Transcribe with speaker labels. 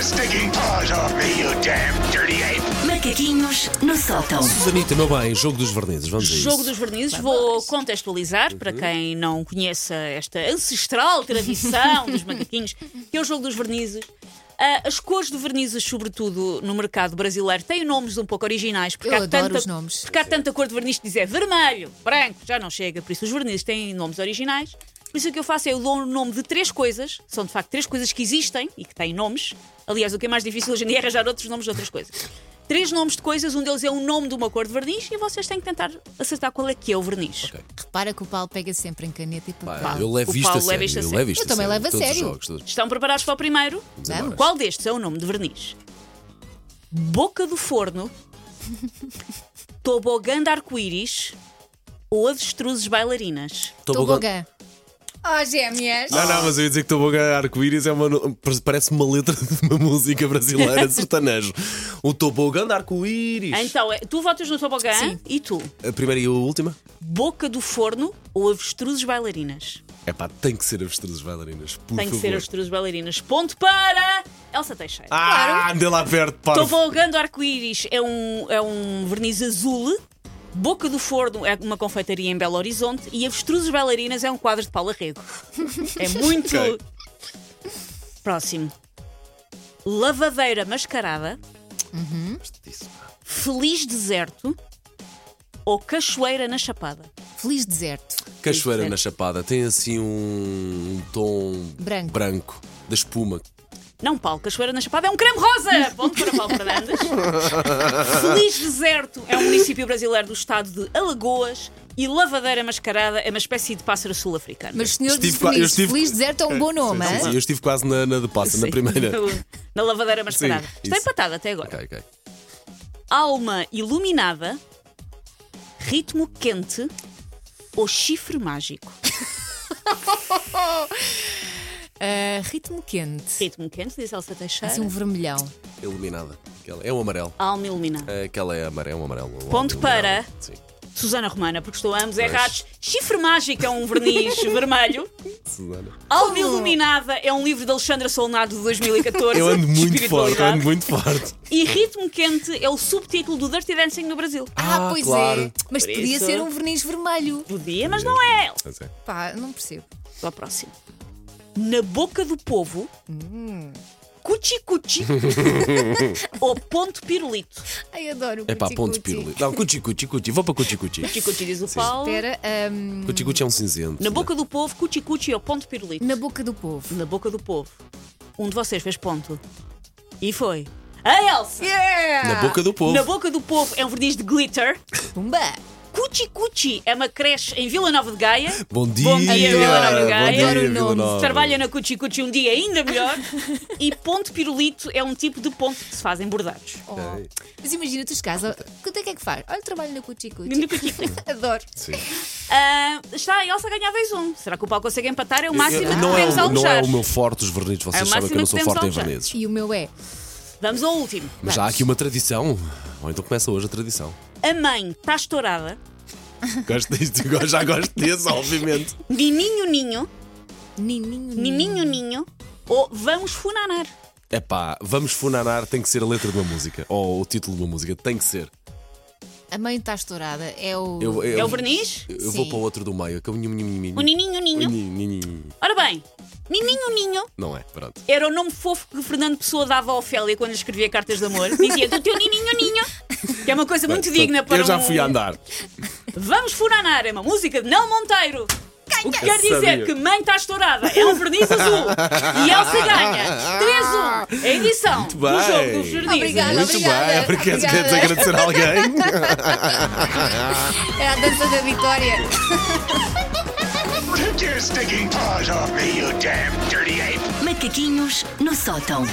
Speaker 1: stinking paws off me, you damn dirty ape!
Speaker 2: Macaquinhos no sótão.
Speaker 3: Susanita, meu bem, jogo dos vernizes, vamos a isso.
Speaker 4: Jogo dos vernizes, vou contextualizar para
Speaker 5: Uhum.
Speaker 4: quem não conheça esta ancestral tradição dos macaquinhos, que é o jogo dos vernizes. Ah, as cores de vernizes, sobretudo no mercado brasileiro, têm nomes um pouco originais. Porque
Speaker 5: Eu
Speaker 4: há
Speaker 5: adoro
Speaker 4: tanta,
Speaker 5: os nomes.
Speaker 4: Porque há tanta cor de verniz que diz é vermelho, branco, já não chega. Por isso os vernizes têm nomes originais. Por isso o que eu faço é eu dou o nome de três coisas, são de facto três coisas que existem e que têm nomes. Aliás, o que é mais difícil hoje em dia é arranjar outros nomes de outras coisas. Três nomes de coisas, um deles é um nome de uma cor de verniz e vocês têm que tentar acertar qual é que é o verniz.
Speaker 5: Repara que o Paulo pega sempre em caneta e papel.
Speaker 3: Pá, eu levo
Speaker 4: O
Speaker 3: isto a
Speaker 4: Paulo
Speaker 3: sério.
Speaker 4: leva isto a
Speaker 3: eu
Speaker 4: sério.
Speaker 3: levo isto
Speaker 5: Eu também levo a
Speaker 3: todos os
Speaker 5: sério.
Speaker 3: jogos, todos.
Speaker 4: Estão preparados para o primeiro?
Speaker 5: Vamos.
Speaker 4: Qual destes é o nome de verniz? Boca do forno, tobogã de arco-íris ou avestruzes bailarinas?
Speaker 5: Tobogã. Oh, gêmeas.
Speaker 3: Não, não, mas eu ia dizer que Tobogã Arco-Íris é uma. no- Parece uma letra de uma música brasileira sertanejo. O Tobogã de Arco-Íris.
Speaker 4: Então, é- tu votas no tobogã
Speaker 5: Sim.
Speaker 4: e tu?
Speaker 3: A primeira e a última?
Speaker 4: Boca do forno ou avestruzes bailarinas?
Speaker 3: É pá, tem que ser avestruzes bailarinas, por
Speaker 4: Tem que
Speaker 3: favor.
Speaker 4: ser avestruzes bailarinas. Ponto para Elsa Teixeira.
Speaker 3: Ah, andei lá perto, pá.
Speaker 4: Então Tobogã do arco-íris é um, é um verniz azul. Boca do Forno é uma confeitaria em Belo Horizonte e Avestruzes Bailarinas é um quadro de Paula Rego. É muito.
Speaker 3: Ok.
Speaker 4: Próximo. Lavadeira Mascarada.
Speaker 3: é
Speaker 4: Feliz Deserto ou Cachoeira na Chapada.
Speaker 5: Feliz deserto.
Speaker 4: é.
Speaker 3: Cachoeira na Chapada tem assim um, um tom
Speaker 5: Branco.
Speaker 3: branco da espuma.
Speaker 4: Não, Paulo, Cachoeira na Chapada é um creme rosa! Ponto para Paulo Fernandes. Feliz Deserto é um município brasileiro do estado de Alagoas e Lavadeira Mascarada é uma espécie de pássaro sul-africano.
Speaker 5: Mas senhores
Speaker 3: Estive
Speaker 5: de
Speaker 3: qua- eu
Speaker 5: feliz,
Speaker 3: estive-
Speaker 5: feliz deserto é um bom nome,
Speaker 3: Sim, sim,
Speaker 5: hein?
Speaker 3: eu estive quase na, na de passa, na
Speaker 4: Sim.
Speaker 3: primeira.
Speaker 4: No- Na Lavadeira Mascarada.
Speaker 3: Sim,
Speaker 4: Está
Speaker 3: isso.
Speaker 4: empatado até agora.
Speaker 3: ok, ok.
Speaker 4: Alma iluminada, ritmo quente ou chifre mágico?
Speaker 5: Ah, ritmo quente.
Speaker 4: Ritmo quente, diz Elsa Teixeira.
Speaker 5: Assim um vermelhão.
Speaker 3: Iluminada. Aquela- É um amarelo.
Speaker 4: Alma iluminada.
Speaker 3: Aquela é amarelo, é um amarelo. um
Speaker 4: Ponto
Speaker 3: iluminado.
Speaker 4: para-
Speaker 3: Sim.
Speaker 4: Susana Romana, porque estou ambos errados. Chifre mágico é um verniz vermelho.
Speaker 3: Susana.
Speaker 4: Alma Iluminada é um livro de Alexandra Solnado de 2014.
Speaker 3: Eu ando
Speaker 4: de
Speaker 3: muito forte, eu
Speaker 4: espiritualidade.
Speaker 3: ando muito forte.
Speaker 4: E Ritmo Quente é o subtítulo do Dirty Dancing no Brasil.
Speaker 5: Ah,
Speaker 3: Ah,
Speaker 5: pois
Speaker 3: claro.
Speaker 5: é. Mas
Speaker 4: Por
Speaker 5: podia
Speaker 4: isso-
Speaker 5: ser um verniz vermelho.
Speaker 4: Podia, mas não é.
Speaker 3: Pois é.
Speaker 5: Pá, não percebo.
Speaker 4: Só próximo. Na boca do povo.
Speaker 3: Hum.
Speaker 4: Cuti-cuti ou ponto pirulito.
Speaker 5: Ai, adoro. o
Speaker 3: É pá,
Speaker 5: cuti-cuti.
Speaker 3: ponto pirulito. Não, cuti, cuti, cuti. Vou para cuti, cuti.
Speaker 4: Cuti-cuti diz o Paulo.
Speaker 5: Espera, ahm,
Speaker 3: Cuti, cuti é um cinzento.
Speaker 4: Na boca do povo, cuti-cuti ou ponto pirulito.
Speaker 5: na boca do povo.
Speaker 4: Na boca do povo. Um de vocês fez ponto. E foi. A Elsa!
Speaker 5: Yeah!
Speaker 3: Na boca do povo.
Speaker 4: Na boca do povo é um verniz de glitter.
Speaker 5: Pumba!
Speaker 4: Cuchi Cuchi é uma creche em Vila Nova de Gaia.
Speaker 3: Bom dia,
Speaker 4: Bom dia, Vila Nova de Gaia.
Speaker 5: Adoro o nome.
Speaker 3: Nova.
Speaker 4: Trabalha na Cuchi Cuchi um dia ainda melhor. e ponto pirulito é um tipo de ponto que se faz em bordados.
Speaker 5: Oh. Mas imagina, tu chegas, ó, quanto é que é que faz? Olha, eu trabalho na Cuti Cuti.
Speaker 4: No Cuchi Cuchi.
Speaker 5: Adoro.
Speaker 3: Sim.
Speaker 4: Ah, está a Elsa a ganhar 2-1. Será que o Paulo consegue empatar? É o máximo
Speaker 3: Eu-
Speaker 4: que
Speaker 3: não, é
Speaker 4: podemos
Speaker 3: o, não é
Speaker 4: almejar.
Speaker 3: o meu forte os vernizes, vocês
Speaker 4: É o
Speaker 3: sabem que eu não sou
Speaker 4: máximo que
Speaker 3: forte em
Speaker 4: podemos almejar.
Speaker 3: vernizes.
Speaker 5: E o meu é.
Speaker 4: Vamos ao último.
Speaker 3: Mas há aqui uma tradição. Ou então começa hoje a tradição.
Speaker 4: A mãe está estourada.
Speaker 3: Gosto disto, eu já gosto disso, obviamente.
Speaker 4: Nininho Ninho.
Speaker 5: Nininho,
Speaker 4: Nininho Ninho. Ou vamos funanar.
Speaker 3: É pá, vamos funanar, tem que ser a letra de uma música. Ou o título de uma música, tem que ser.
Speaker 5: A mãe está estourada. É o.
Speaker 3: Eu- eu-
Speaker 4: É o verniz?
Speaker 3: Eu vou
Speaker 5: Sim.
Speaker 3: para o outro do meio. que é o nhin, nhin, nhin,
Speaker 4: O Nininho Ninho.
Speaker 3: nhin, nhin.
Speaker 4: Ora bem, Nininho Ninho
Speaker 3: Não é, pronto.
Speaker 4: Era o nome fofo que Fernando Pessoa dava à Ofélia quando lhe escrevia cartas de amor. Dizia do teu nininho, ninho. Que é uma coisa muito digna
Speaker 3: então,
Speaker 4: para
Speaker 3: Eu já
Speaker 4: um-
Speaker 3: fui a andar.
Speaker 4: Vamos furanar, é uma música de Nel Monteiro. O que quer dizer
Speaker 3: Sabia.
Speaker 4: que mãe está estourada, é um verniz azul. e Elsa ganha 3-1 a edição do
Speaker 3: bem.
Speaker 4: jogo dos jardins.
Speaker 5: Obrigada,
Speaker 3: Muito
Speaker 5: obrigada.
Speaker 3: bem, porque é
Speaker 5: Obrigada.
Speaker 3: queres agradecer a alguém?
Speaker 5: É a dança da vitória.
Speaker 1: Take your stinking paws off me, you damn dirty ape!
Speaker 2: Macaquinhos no sótão.